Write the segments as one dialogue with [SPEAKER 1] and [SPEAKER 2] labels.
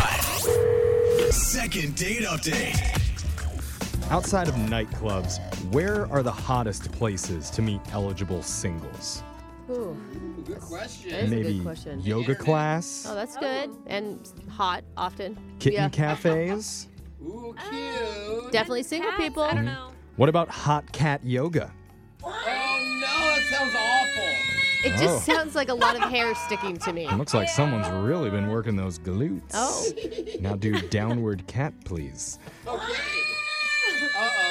[SPEAKER 1] 92.5. Second date update.
[SPEAKER 2] Outside of nightclubs, where are the hottest places to meet eligible singles?
[SPEAKER 3] Ooh,
[SPEAKER 4] Good question.
[SPEAKER 3] that is a
[SPEAKER 2] Maybe
[SPEAKER 3] good question.
[SPEAKER 2] yoga
[SPEAKER 4] Internet.
[SPEAKER 2] class,
[SPEAKER 3] Oh, that's good and hot often.
[SPEAKER 2] kitten
[SPEAKER 3] yeah,
[SPEAKER 2] cafes.
[SPEAKER 4] Ooh, cute.
[SPEAKER 3] definitely single
[SPEAKER 5] Cats?
[SPEAKER 3] people.
[SPEAKER 5] I don't know.
[SPEAKER 2] What about hot cat yoga?
[SPEAKER 4] oh no, that sounds awful.
[SPEAKER 3] It
[SPEAKER 2] Oh.
[SPEAKER 3] just sounds like a lot of hair sticking to me.
[SPEAKER 2] It looks like someone's really been working those glutes.
[SPEAKER 3] Oh.
[SPEAKER 2] Now do downward cat, please.
[SPEAKER 4] Okay. Uh-oh.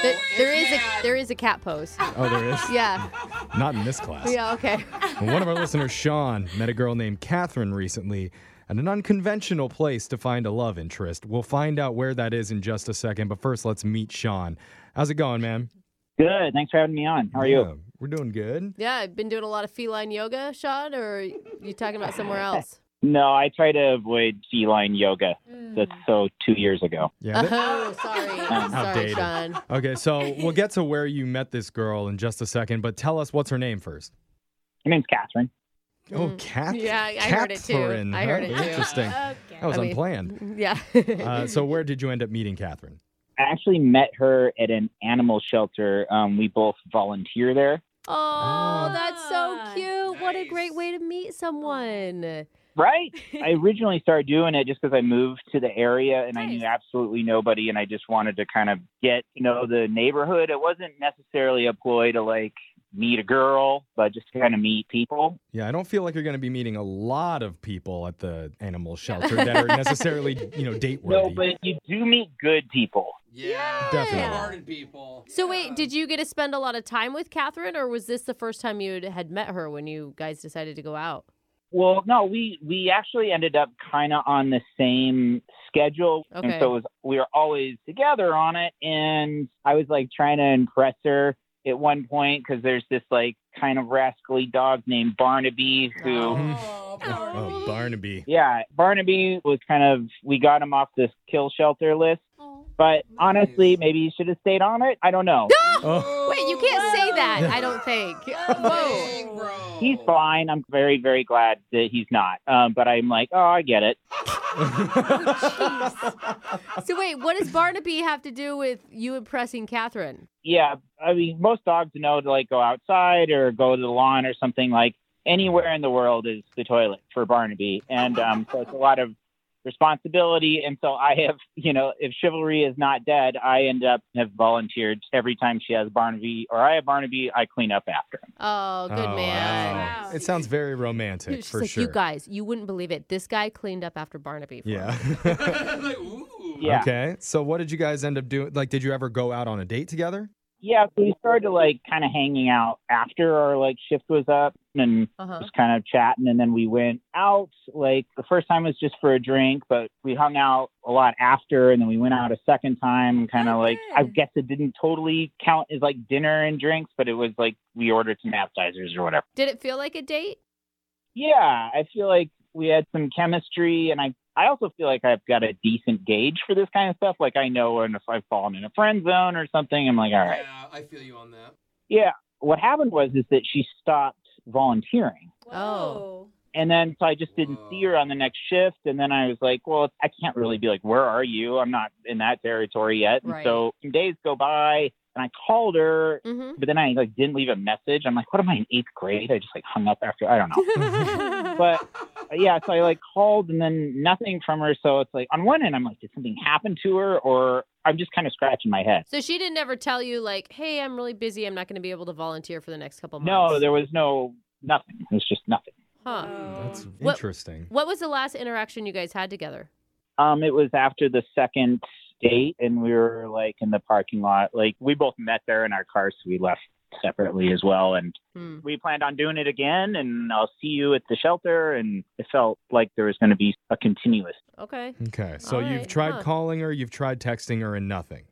[SPEAKER 3] There- there
[SPEAKER 4] it's
[SPEAKER 3] is a
[SPEAKER 4] mad.
[SPEAKER 3] there is a cat pose.
[SPEAKER 2] Oh, there is?
[SPEAKER 3] Yeah,
[SPEAKER 2] Not in this class.
[SPEAKER 3] yeah, okay.
[SPEAKER 2] One of our listeners, Sean, met a girl named Catherine recently at an unconventional place to find a love interest. We'll find out where that is in just a second, but first let's meet Sean. How's it going, man?
[SPEAKER 6] Good. Thanks for having me on. How are you?
[SPEAKER 2] Yeah, we're doing good.
[SPEAKER 3] Yeah, I've been doing a lot of feline yoga, Sean, or you talking about somewhere else?
[SPEAKER 6] No, I try to avoid feline yoga. That's so two years ago.
[SPEAKER 2] Yeah. that-
[SPEAKER 3] Oh, sorry, sorry,
[SPEAKER 2] Outdated.
[SPEAKER 3] Sean.
[SPEAKER 2] okay, so we'll get to where you met this girl in just a second, but tell us what's her name first.
[SPEAKER 6] Her name's Catherine.
[SPEAKER 2] Oh,
[SPEAKER 3] Mm.
[SPEAKER 2] Kath-
[SPEAKER 3] Yeah, I heard it too.
[SPEAKER 2] Catherine,
[SPEAKER 3] I
[SPEAKER 2] huh?
[SPEAKER 3] heard it too.
[SPEAKER 2] Interesting. That was
[SPEAKER 3] I mean-
[SPEAKER 2] unplanned.
[SPEAKER 3] Yeah.
[SPEAKER 2] Uh, so where did you end up meeting Catherine?
[SPEAKER 6] I actually met her at an animal shelter. Um, we both volunteer there.
[SPEAKER 3] oh, that's so
[SPEAKER 5] Ah,
[SPEAKER 3] cute. What a great
[SPEAKER 4] nice.
[SPEAKER 3] way to meet someone.
[SPEAKER 6] Right? I originally started doing it just because I moved to the area and I knew
[SPEAKER 5] Nice.
[SPEAKER 6] absolutely nobody and I just wanted to kind of get to know the neighborhood. It wasn't necessarily a ploy to like meet a girl, but just to kind of meet people.
[SPEAKER 2] Yeah, I don't feel like you're going to be meeting a lot of people at the animal shelter that are necessarily, you know, date worthy.
[SPEAKER 6] No, but you do meet good people.
[SPEAKER 4] Yeah.
[SPEAKER 2] Definitely.
[SPEAKER 4] Hardened people.
[SPEAKER 3] So wait, did you get to spend a lot of time with Catherine, or was this the first time you had met her when you guys decided to go out?
[SPEAKER 6] Well, no, we we actually ended up kind of on the same schedule, and
[SPEAKER 3] Okay.
[SPEAKER 6] so it was, we were always together on it. And I was like trying to impress her at one point because there's this like kind of rascally dog named Barnaby who.
[SPEAKER 3] Oh.
[SPEAKER 4] Oh, Barbie.
[SPEAKER 2] Oh, Barnaby.
[SPEAKER 6] Yeah, Barnaby was kind of we got him off this kill shelter list,
[SPEAKER 3] Oh.
[SPEAKER 6] but honestly,
[SPEAKER 4] Nice.
[SPEAKER 6] maybe he should have stayed on it. I don't know.
[SPEAKER 2] Oh,
[SPEAKER 3] Wait, you can't say that. I don't think. Whoa.
[SPEAKER 4] Dang, bro.
[SPEAKER 6] He's fine. I'm very, very glad that he's not. Um, but I'm like, oh, I get it.
[SPEAKER 3] Oh, So wait, what does Barnaby have to do with you impressing Catherine?
[SPEAKER 6] yeah, I mean, most dogs know to like go outside or go to the lawn or something like anywhere in the world is the toilet for Barnaby. And um, so it's a lot of responsibility. And so I have, you know, if chivalry is not dead, I end up have volunteered every time she has Barnaby or I have Barnaby, I clean up after him.
[SPEAKER 3] Oh, good
[SPEAKER 2] Oh,
[SPEAKER 3] man.
[SPEAKER 2] wow.
[SPEAKER 5] Wow.
[SPEAKER 2] It sounds very romantic
[SPEAKER 3] She's
[SPEAKER 2] for
[SPEAKER 3] like,
[SPEAKER 2] sure.
[SPEAKER 3] You guys, you wouldn't believe it. This guy cleaned up after Barnaby. for
[SPEAKER 2] yeah.
[SPEAKER 3] me."
[SPEAKER 4] like, ooh.
[SPEAKER 6] Yeah.
[SPEAKER 2] Okay. So what did you guys end up doing? Like, did you ever go out on a date together?
[SPEAKER 6] Yeah, so we started like kind of hanging out after our like shift was up and
[SPEAKER 3] Uh-huh.
[SPEAKER 6] just kind of chatting and then we went out like the first time was just for a drink but we hung out a lot after and then we went out a second time and kind of
[SPEAKER 5] Oh,
[SPEAKER 6] like
[SPEAKER 5] good.
[SPEAKER 6] i guess it didn't totally count as like dinner and drinks but it was like we ordered some appetizers or whatever
[SPEAKER 3] Did it feel like a date?
[SPEAKER 6] yeah i feel like we had some chemistry and i i also feel like i've got a decent gauge for this kind of stuff like i know when if i've fallen in a friend zone or something i'm like all right
[SPEAKER 4] Yeah, I feel you on that.
[SPEAKER 6] yeah what happened was is that she stopped volunteering
[SPEAKER 3] Oh.
[SPEAKER 6] And then so I just didn't
[SPEAKER 4] Whoa.
[SPEAKER 6] see her on the next shift. And then I was like, well, I can't really be like, where are you? I'm not in that territory yet. And
[SPEAKER 3] Right.
[SPEAKER 6] so some days go by and I called her,
[SPEAKER 3] Mm-hmm.
[SPEAKER 6] but then I like didn't leave a message. I'm like, what am I in eighth grade? I just like hung up after, I don't know. but yeah, so I like called and then nothing from her. So it's like on one end, I'm like, did something happen to her? Or I'm just kind of scratching my head.
[SPEAKER 3] So she didn't ever tell you like, "Hey, I'm really busy. I'm not going to be able to volunteer for the next couple months."
[SPEAKER 6] No, there was no nothing. It was just nothing.
[SPEAKER 3] Huh.
[SPEAKER 2] Mm, That's
[SPEAKER 3] What-
[SPEAKER 2] interesting.
[SPEAKER 3] What was the last interaction you guys had together?
[SPEAKER 6] Um, it was after the second date, and we were like in the parking lot. Like we both met there in our cars. So we left separately as well, and
[SPEAKER 3] Hmm.
[SPEAKER 6] we planned on doing it again. And I'll see you at the shelter. And it felt like there was going to be a continuous.
[SPEAKER 3] Okay.
[SPEAKER 2] Okay. So
[SPEAKER 3] All
[SPEAKER 2] you've
[SPEAKER 3] right,
[SPEAKER 2] tried
[SPEAKER 3] huh.
[SPEAKER 2] calling her, you've tried texting her, and nothing.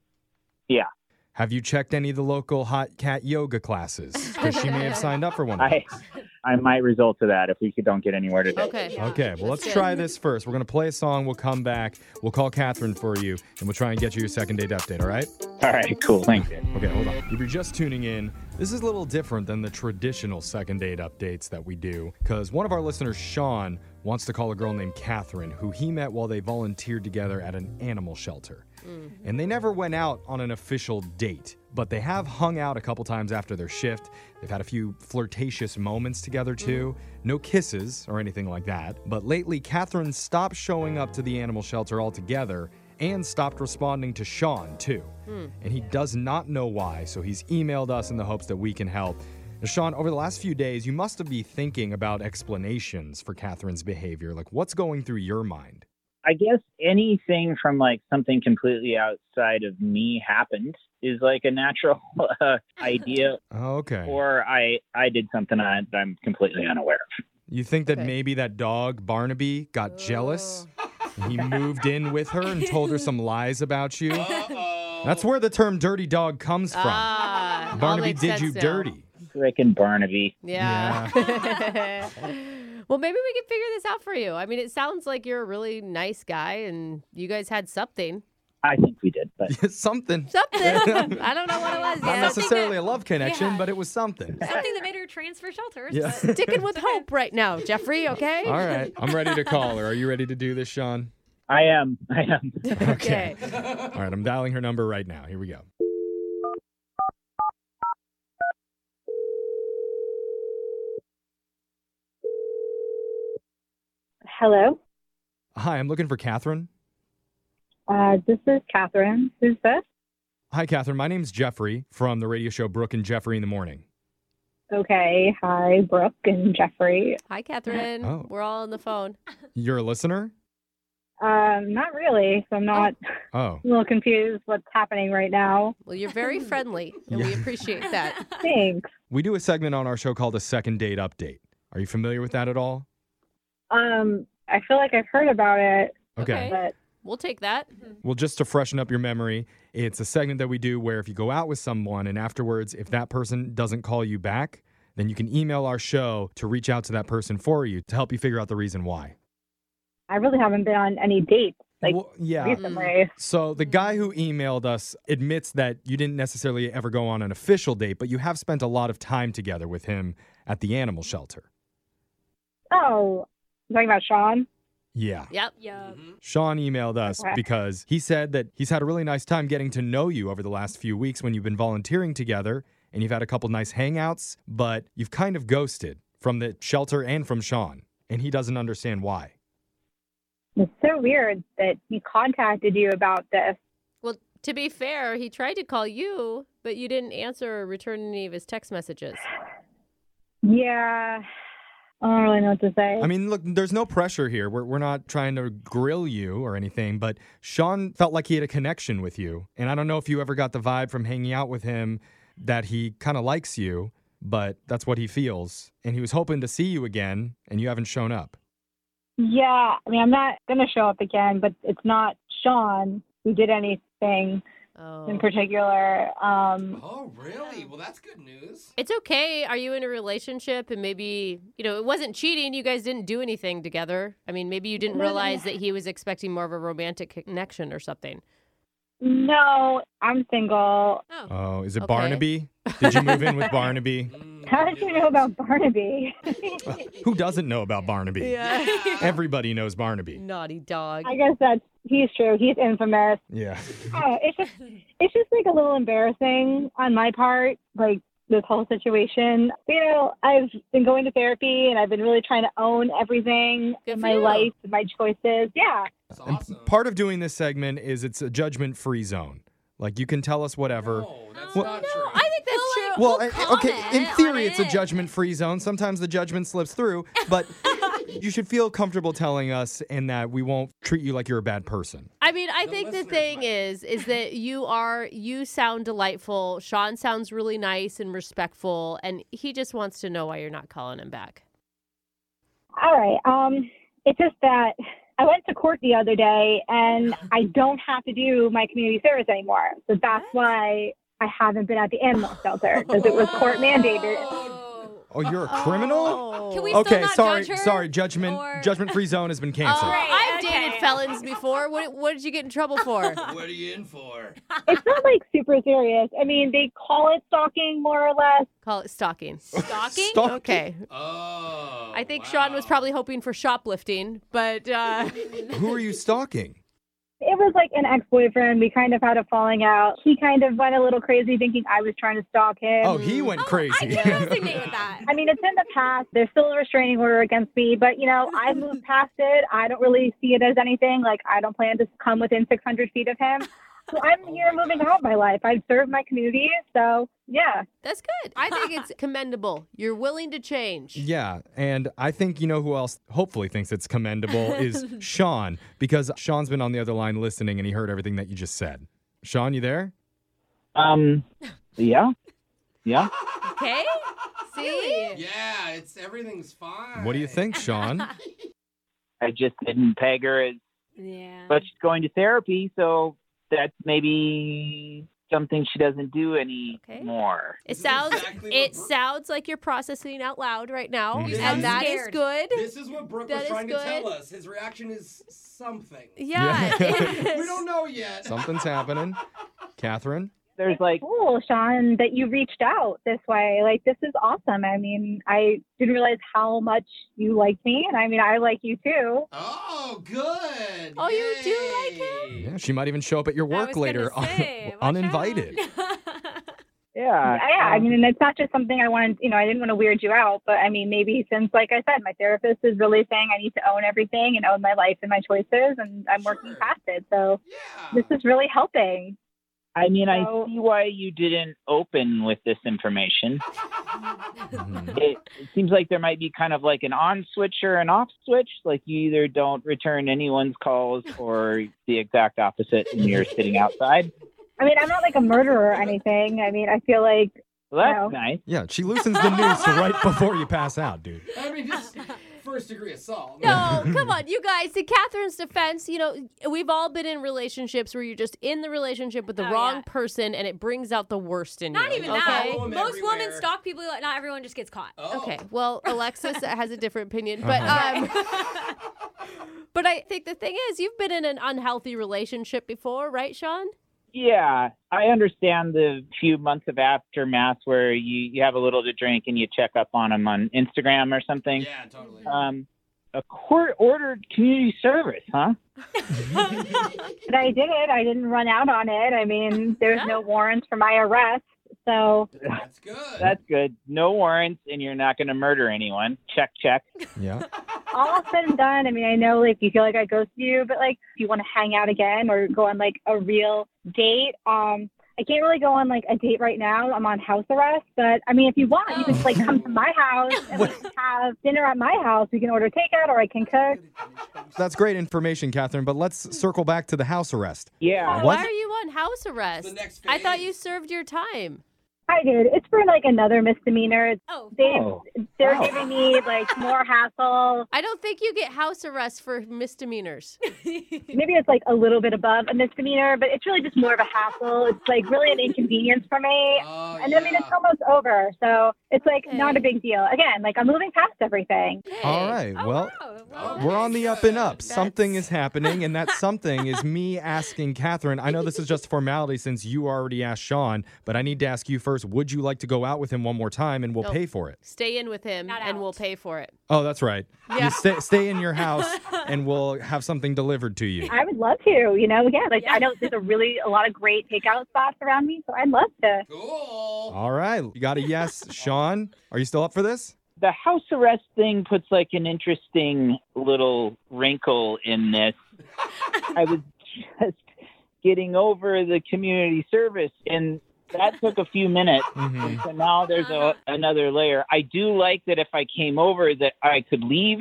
[SPEAKER 6] Yeah.
[SPEAKER 2] Have you checked any of the local hot cat yoga classes? Because she may have signed up for one. Of
[SPEAKER 6] I
[SPEAKER 2] those.
[SPEAKER 6] I might result to that if we could don't get anywhere today.
[SPEAKER 3] Okay.
[SPEAKER 5] Yeah.
[SPEAKER 2] Okay, well,
[SPEAKER 3] That's
[SPEAKER 2] let's
[SPEAKER 3] good.
[SPEAKER 2] try this first. We're going to play a song. We'll come back. We'll call Catherine for you, and we'll try and get you your second date update, all right?
[SPEAKER 6] All right. Cool. Thank you.
[SPEAKER 2] Okay, hold on. If you're just tuning in, this is a little different than the traditional second date updates that we do because one of our listeners, Sean, wants to call a girl named Catherine, who he met while they volunteered together at an animal shelter. And they never went out on an official date, but they have hung out a couple times after their shift. They've had a few flirtatious moments together, too. No kisses or anything like that. But lately, Catherine stopped showing up to the animal shelter altogether and stopped responding to Sean, too.
[SPEAKER 3] Hmm.
[SPEAKER 2] And he does not know why, so he's emailed us in the hopes that we can help. Now, Sean, over the last few days, you must have been thinking about explanations for Catherine's behavior. Like, what's going through your mind?
[SPEAKER 6] I guess anything from like something completely outside of me happened is like a natural uh, idea,
[SPEAKER 2] Okay.
[SPEAKER 6] or I I did something I, I'm completely unaware of.
[SPEAKER 2] You think that
[SPEAKER 3] Okay.
[SPEAKER 2] maybe that dog Barnaby got jealous? and He moved in with her and told her some lies about you.
[SPEAKER 4] Uh-oh.
[SPEAKER 2] That's where the term "dirty dog" comes from.
[SPEAKER 3] Oh. Ah, all
[SPEAKER 2] Barnaby
[SPEAKER 3] makes
[SPEAKER 2] did
[SPEAKER 3] sense
[SPEAKER 2] you
[SPEAKER 3] now.
[SPEAKER 2] dirty.
[SPEAKER 6] Frickin' Barnaby.
[SPEAKER 3] Yeah. well, maybe we can figure this out for you. I mean, it sounds like you're a really nice guy and you guys had something.
[SPEAKER 6] I think we did, but
[SPEAKER 2] something.
[SPEAKER 3] Something. I don't know what it was
[SPEAKER 2] Not
[SPEAKER 3] yet.
[SPEAKER 2] necessarily a love connection,
[SPEAKER 5] Yeah.
[SPEAKER 2] but it was something.
[SPEAKER 5] Something that made her transfer shelters.
[SPEAKER 2] Yeah.
[SPEAKER 5] but-
[SPEAKER 3] Sticking with hope right now, Jeffrey, okay?
[SPEAKER 2] All right, I'm ready to call her. Are you ready to do this, Sean?
[SPEAKER 6] I am. I am.
[SPEAKER 3] Okay.
[SPEAKER 2] All right, I'm dialing her number right now. Here we go.
[SPEAKER 7] Hello,
[SPEAKER 2] Hi, I'm looking for Catherine.
[SPEAKER 7] uh, this is Catherine. Who's this?
[SPEAKER 2] Hi, Catherine. My name's Jeffrey from the radio show Brooke and Jeffrey in the Morning.
[SPEAKER 7] Okay, hi, Brooke and Jeffrey.
[SPEAKER 3] Hi, Catherine.
[SPEAKER 2] Oh.
[SPEAKER 3] We're all on the phone.
[SPEAKER 2] You're a listener?
[SPEAKER 7] Um, not really. So I'm not
[SPEAKER 2] Oh,
[SPEAKER 7] a little confused what's happening right now.
[SPEAKER 3] Well, you're very friendly, and we
[SPEAKER 2] Yeah.
[SPEAKER 3] appreciate that.
[SPEAKER 7] Thanks.
[SPEAKER 2] we do a segment on our show called a second date update. Are you familiar with that at all?
[SPEAKER 7] Um, I feel like I've heard about it,
[SPEAKER 2] Okay.
[SPEAKER 7] but
[SPEAKER 3] We'll take that.
[SPEAKER 2] Well, just to freshen up your memory, it's a segment that we do where if you go out with someone and afterwards, if that person doesn't call you back, then you can email our show to reach out to that person for you to help you figure out the reason why.
[SPEAKER 7] I really haven't been on any dates like
[SPEAKER 2] Well, yeah.
[SPEAKER 7] recently.
[SPEAKER 2] So the guy who emailed us admits that you didn't necessarily ever go on an official date, but you have spent a lot of time together with him at the animal shelter.
[SPEAKER 7] Oh, you talking about Sean?
[SPEAKER 2] Yeah.
[SPEAKER 3] Yep.
[SPEAKER 4] Mm,
[SPEAKER 5] Yeah.
[SPEAKER 4] Mm-hmm.
[SPEAKER 2] Sean emailed us
[SPEAKER 7] Okay.
[SPEAKER 2] because he said that he's had a really nice time getting to know you over the last few weeks when you've been volunteering together and you've had a couple nice hangouts, but you've kind of ghosted from the shelter and from Sean, and he doesn't understand why.
[SPEAKER 7] It's so weird that he contacted you about this.
[SPEAKER 3] Well, to be fair, he tried to call you, but you didn't answer or return any of his text messages.
[SPEAKER 7] Yeah, I don't really know what to say.
[SPEAKER 2] I mean, look, there's no pressure here. We're, we're not trying to grill you or anything, but Sean felt like he had a connection with you. And I don't know if you ever got the vibe from hanging out with him that he kind of likes you, but that's what he feels. And he was hoping to see you again, and you haven't shown up.
[SPEAKER 7] Yeah, I mean, I'm not going to show up again, but it's not Sean who did anything in
[SPEAKER 3] Oh.
[SPEAKER 7] particular. Um,
[SPEAKER 4] Oh, really? Well, that's good news.
[SPEAKER 3] It's okay. Are you in a relationship? And maybe, you know, it wasn't cheating. You guys didn't do anything together. I mean, maybe you didn't
[SPEAKER 7] No, no,
[SPEAKER 3] realize that he was expecting more of a romantic connection or something.
[SPEAKER 7] no, I'm single.
[SPEAKER 5] Oh.
[SPEAKER 2] Oh, is it
[SPEAKER 3] Okay.
[SPEAKER 2] Barnaby? Did you move in with Barnaby?
[SPEAKER 4] Mm,
[SPEAKER 7] How did you know about Barnaby?
[SPEAKER 2] Who doesn't know about Barnaby? Everybody knows Barnaby.
[SPEAKER 3] Naughty dog.
[SPEAKER 7] I guess that's he's true. He's infamous.
[SPEAKER 2] Yeah.
[SPEAKER 7] Oh, it's just it's just like a little embarrassing on my part, like this whole situation. You know, I've been going to therapy and I've been really trying to own everything
[SPEAKER 3] Good for
[SPEAKER 7] in my
[SPEAKER 3] you.
[SPEAKER 7] life, my choices. Yeah.
[SPEAKER 4] That's
[SPEAKER 2] And
[SPEAKER 4] awesome.
[SPEAKER 2] part of doing this segment is it's a judgment free zone. Like you can tell us whatever.
[SPEAKER 4] No, that's
[SPEAKER 2] Well-
[SPEAKER 4] not
[SPEAKER 5] Oh, No,
[SPEAKER 4] true.
[SPEAKER 5] I think that's true.
[SPEAKER 2] Well,
[SPEAKER 5] We'll
[SPEAKER 2] I- okay,
[SPEAKER 5] comment
[SPEAKER 2] in theory,
[SPEAKER 5] on
[SPEAKER 2] it's a
[SPEAKER 5] it.
[SPEAKER 2] judgment free zone. Sometimes the judgment slips through, but you should feel comfortable telling us and that we won't treat you like you're a bad person.
[SPEAKER 3] I mean, I
[SPEAKER 4] The
[SPEAKER 3] think the
[SPEAKER 4] listeners
[SPEAKER 3] thing
[SPEAKER 4] might.
[SPEAKER 3] is, is that you are you sound delightful. Sean sounds really nice and respectful, and he just wants to know why you're not calling him back.
[SPEAKER 7] All right. Um, it's just that I went to court the other day, and I don't have to do my community service anymore. So that's why I haven't been at the animal shelter because it was court mandated.
[SPEAKER 5] Oh.
[SPEAKER 2] Oh, you're a criminal?
[SPEAKER 5] Can we still
[SPEAKER 2] Okay,
[SPEAKER 5] not
[SPEAKER 2] sorry,
[SPEAKER 5] judge her?
[SPEAKER 2] sorry. Judgment
[SPEAKER 5] Or-
[SPEAKER 2] judgment free zone has been canceled.
[SPEAKER 5] Right,
[SPEAKER 3] Oh, I've
[SPEAKER 5] okay,
[SPEAKER 3] dated felons before? What, what did you get in trouble for?
[SPEAKER 4] What are you in for?
[SPEAKER 7] It's not like super serious. I mean, they call it stalking more or less.
[SPEAKER 3] Call it stalking.
[SPEAKER 5] Stalking?
[SPEAKER 2] Stalking?
[SPEAKER 3] Okay.
[SPEAKER 4] Oh.
[SPEAKER 3] I think
[SPEAKER 4] wow.
[SPEAKER 3] Sean was probably hoping for shoplifting, but uh,
[SPEAKER 2] Who are you stalking?
[SPEAKER 7] It was like an ex-boyfriend. We kind of had a falling out. He kind of went a little crazy thinking I was trying to stalk him.
[SPEAKER 2] Oh, he went
[SPEAKER 5] I
[SPEAKER 2] crazy.
[SPEAKER 5] can resonate with that.
[SPEAKER 7] I mean, it's in the past. There's still a restraining order against me, but you know, I moved past it. I don't really see it as anything. Like, I don't plan to come within 600 feet of him. So I'm here moving out my life. I've served my community. So yeah,
[SPEAKER 3] that's good. I think it's commendable. You're willing to change.
[SPEAKER 2] yeah, and I think you know who else hopefully thinks it's commendable is Sean because Sean's been on the other line listening and he heard everything that you just said. Sean, you there?
[SPEAKER 6] Um, yeah, yeah.
[SPEAKER 3] Okay? See?
[SPEAKER 4] Yeah, it's everything's fine.
[SPEAKER 2] What do you think, Sean?
[SPEAKER 6] I just didn't peg her as,
[SPEAKER 5] Yeah.
[SPEAKER 6] but she's going to therapy, so that's maybe something she doesn't do anymore.
[SPEAKER 3] It
[SPEAKER 4] This is
[SPEAKER 3] sounds
[SPEAKER 4] exactly what
[SPEAKER 3] it
[SPEAKER 4] Brooke-
[SPEAKER 3] sounds like you're processing out loud right now,
[SPEAKER 2] Mhm. You
[SPEAKER 3] and
[SPEAKER 5] sound
[SPEAKER 3] that is
[SPEAKER 5] scared.
[SPEAKER 3] good.
[SPEAKER 4] This is what Brooke
[SPEAKER 3] That
[SPEAKER 4] was
[SPEAKER 3] is
[SPEAKER 4] trying to tell
[SPEAKER 3] good.
[SPEAKER 4] us. His reaction is something.
[SPEAKER 3] Yeah.
[SPEAKER 2] Yeah.
[SPEAKER 3] it
[SPEAKER 4] We
[SPEAKER 3] is.
[SPEAKER 4] don't know yet.
[SPEAKER 2] Something's happening. Catherine?
[SPEAKER 6] There's like
[SPEAKER 7] cool, Sean, that you reached out this way. Like, this is awesome. I mean, I didn't realize how much you liked me, and I mean, I like you too.
[SPEAKER 4] Oh, good.
[SPEAKER 3] Oh, you do like
[SPEAKER 4] Yay.
[SPEAKER 2] Yeah, she might even show up at your work later un- uninvited.
[SPEAKER 6] yeah,
[SPEAKER 7] Yeah, I
[SPEAKER 6] um,
[SPEAKER 7] mean, and it's not just something I wanted, you know, I didn't want to weird you out, but I mean, maybe since, like I said, my therapist is really saying I need to own everything and own my life and my choices, and I'm working
[SPEAKER 4] Sure.
[SPEAKER 7] past it. So
[SPEAKER 4] Yeah.
[SPEAKER 7] this is really helping.
[SPEAKER 6] I mean,
[SPEAKER 7] So-
[SPEAKER 6] I see why you didn't open with this information.
[SPEAKER 2] Mhm.
[SPEAKER 6] It, it seems like there might be kind of like an on switch or an off switch. Like you either don't return anyone's calls or the exact opposite, and you're sitting outside.
[SPEAKER 7] I mean, I'm not like a murderer or anything. I mean, I feel like,
[SPEAKER 6] Well, that's
[SPEAKER 7] No.
[SPEAKER 6] nice.
[SPEAKER 2] Yeah, she loosens the noose right before you pass out, dude.
[SPEAKER 4] I mean, just first degree assault.
[SPEAKER 3] No, come on, you guys. To Catherine's defense, you know, we've all been in relationships where you're just in the relationship with the
[SPEAKER 5] Oh,
[SPEAKER 3] wrong
[SPEAKER 5] yeah.
[SPEAKER 3] person and it brings out the worst in
[SPEAKER 5] Not
[SPEAKER 3] you.
[SPEAKER 5] even
[SPEAKER 3] okay?
[SPEAKER 5] that.
[SPEAKER 4] Follow 'em
[SPEAKER 5] Most women
[SPEAKER 4] everywhere.
[SPEAKER 5] stalk people, not everyone just gets caught.
[SPEAKER 4] Oh.
[SPEAKER 3] Okay. Well, Alexis has a different opinion, but
[SPEAKER 2] Uh-huh.
[SPEAKER 3] um, but I think the thing is, you've been in an unhealthy relationship before, right, Sean?
[SPEAKER 6] Yeah, I understand the few months of aftermath where you, you have a little to drink and you check up on them on Instagram or something.
[SPEAKER 4] Yeah, totally.
[SPEAKER 6] Um, a court ordered community service, huh?
[SPEAKER 7] but I did it. I didn't run out on it. I mean, there's no warrants for my arrest. So
[SPEAKER 4] That's good.
[SPEAKER 6] That's good. No warrants, and you're not going to murder anyone. Check, check.
[SPEAKER 2] Yeah.
[SPEAKER 7] all said and done, I mean, I know like you feel like I ghosted you, but like if you want to hang out again or go on like a real date, um, I can't really go on like a date right now. I'm on house arrest, but I mean, if you want, you can just like come to my house
[SPEAKER 6] Oh.
[SPEAKER 7] and like, have dinner at my house. We can order takeout or I can cook.
[SPEAKER 2] That's great information, Catherine, but let's circle back to the house arrest.
[SPEAKER 6] Yeah.
[SPEAKER 3] Why
[SPEAKER 2] What?
[SPEAKER 3] are you on house arrest?
[SPEAKER 4] The next
[SPEAKER 3] I thought you
[SPEAKER 4] phase.
[SPEAKER 3] served your time.
[SPEAKER 7] I did. It's for like another misdemeanor.
[SPEAKER 5] oh.
[SPEAKER 7] They
[SPEAKER 6] Oh.
[SPEAKER 7] they're
[SPEAKER 6] Wow.
[SPEAKER 7] giving me like more hassle.
[SPEAKER 3] I don't think you get house arrest for misdemeanors.
[SPEAKER 7] Maybe it's like a little bit above a misdemeanor, but it's really just more of a hassle. It's like really an inconvenience for me.
[SPEAKER 4] Oh,
[SPEAKER 7] And
[SPEAKER 4] yeah.
[SPEAKER 7] I mean, it's almost over. So it's like
[SPEAKER 3] Okay.
[SPEAKER 7] not a big deal. Again, like I'm moving past everything.
[SPEAKER 2] All right.
[SPEAKER 5] Oh,
[SPEAKER 2] Well,
[SPEAKER 5] wow.
[SPEAKER 4] Oh,
[SPEAKER 2] we're on the up and up.
[SPEAKER 3] That's-
[SPEAKER 2] Something is happening, and that something is me asking Catherine. I know this is just a formality since you already asked Sean, but I need to ask you first would you like to go out with him one more time and we'll
[SPEAKER 3] Nope.
[SPEAKER 2] pay for it?
[SPEAKER 3] Stay in with him,
[SPEAKER 5] Not
[SPEAKER 3] and we'll
[SPEAKER 5] out.
[SPEAKER 3] pay for it.
[SPEAKER 2] Oh, that's right.
[SPEAKER 3] Yeah.
[SPEAKER 2] You stay, stay in your house and we'll have something delivered to you.
[SPEAKER 7] I would love to, you know, again, like
[SPEAKER 5] Yeah.
[SPEAKER 7] I know there's a really a lot of great takeout spots around me. So I'd love to.
[SPEAKER 4] Cool.
[SPEAKER 2] All right. You got a yes. Sean, are you still up for this?
[SPEAKER 6] The house arrest thing puts like an interesting little wrinkle in this. I was just getting over the community service, and that took a few minutes.
[SPEAKER 2] Mm-hmm.
[SPEAKER 6] So now there's a, another layer. I do like that if I came over, that I could leave,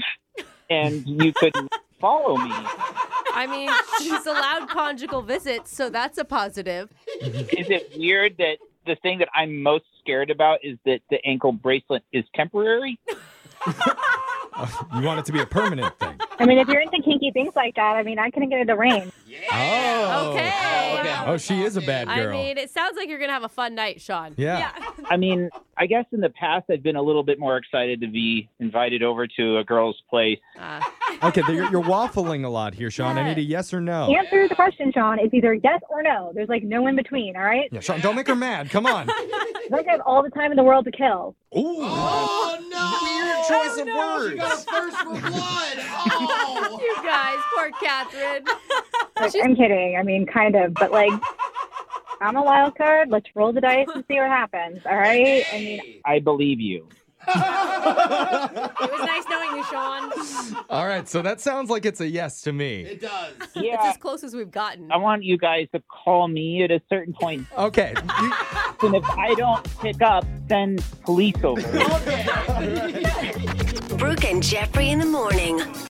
[SPEAKER 6] and you couldn't follow me.
[SPEAKER 3] I mean, she's allowed conjugal visits, so that's a positive.
[SPEAKER 6] Is it weird that the thing that I'm most scared about is that the ankle bracelet is temporary?
[SPEAKER 2] Uh, you want it to be a permanent thing.
[SPEAKER 7] I mean, if you're into kinky things like that, I mean, I couldn't get it arranged.
[SPEAKER 2] Oh.
[SPEAKER 3] Okay.
[SPEAKER 4] Okay.
[SPEAKER 2] Oh, she is a bad
[SPEAKER 3] I
[SPEAKER 2] girl.
[SPEAKER 3] mean, it sounds like you're gonna have a fun night, Sean.
[SPEAKER 2] yeah.
[SPEAKER 5] Yeah.
[SPEAKER 6] I mean, I guess in the past I've been a little bit more excited to be invited over to a girl's place.
[SPEAKER 3] Uh,
[SPEAKER 2] Okay, th- you're, you're waffling a lot here, Sean. I need a yes or no.
[SPEAKER 7] Answer the question, Sean. It's either yes or no. There's like no in between, all right?
[SPEAKER 2] Yeah, Sean, don't make her mad. Come on.
[SPEAKER 7] Like I have all the time in the world to kill.
[SPEAKER 2] Ooh.
[SPEAKER 4] Oh no!
[SPEAKER 2] Weird choice of
[SPEAKER 4] She
[SPEAKER 2] words.
[SPEAKER 4] got a thirst for blood. Oh.
[SPEAKER 3] you guys, poor Catherine.
[SPEAKER 7] Like, I'm kidding. I mean, kind of, but like, I'm a wild card. Let's roll the dice and see what happens, all right? I mean,
[SPEAKER 6] I believe you.
[SPEAKER 5] It was nice knowing you, Sean.
[SPEAKER 2] All right, so that sounds like it's a yes to me.
[SPEAKER 4] It does.
[SPEAKER 3] It's
[SPEAKER 6] Yeah.
[SPEAKER 3] as close as we've gotten.
[SPEAKER 6] I want you guys to call me at a certain point.
[SPEAKER 2] Okay. you-
[SPEAKER 6] And if I don't pick up, send police over.
[SPEAKER 8] Brooke and Jeffrey in the morning.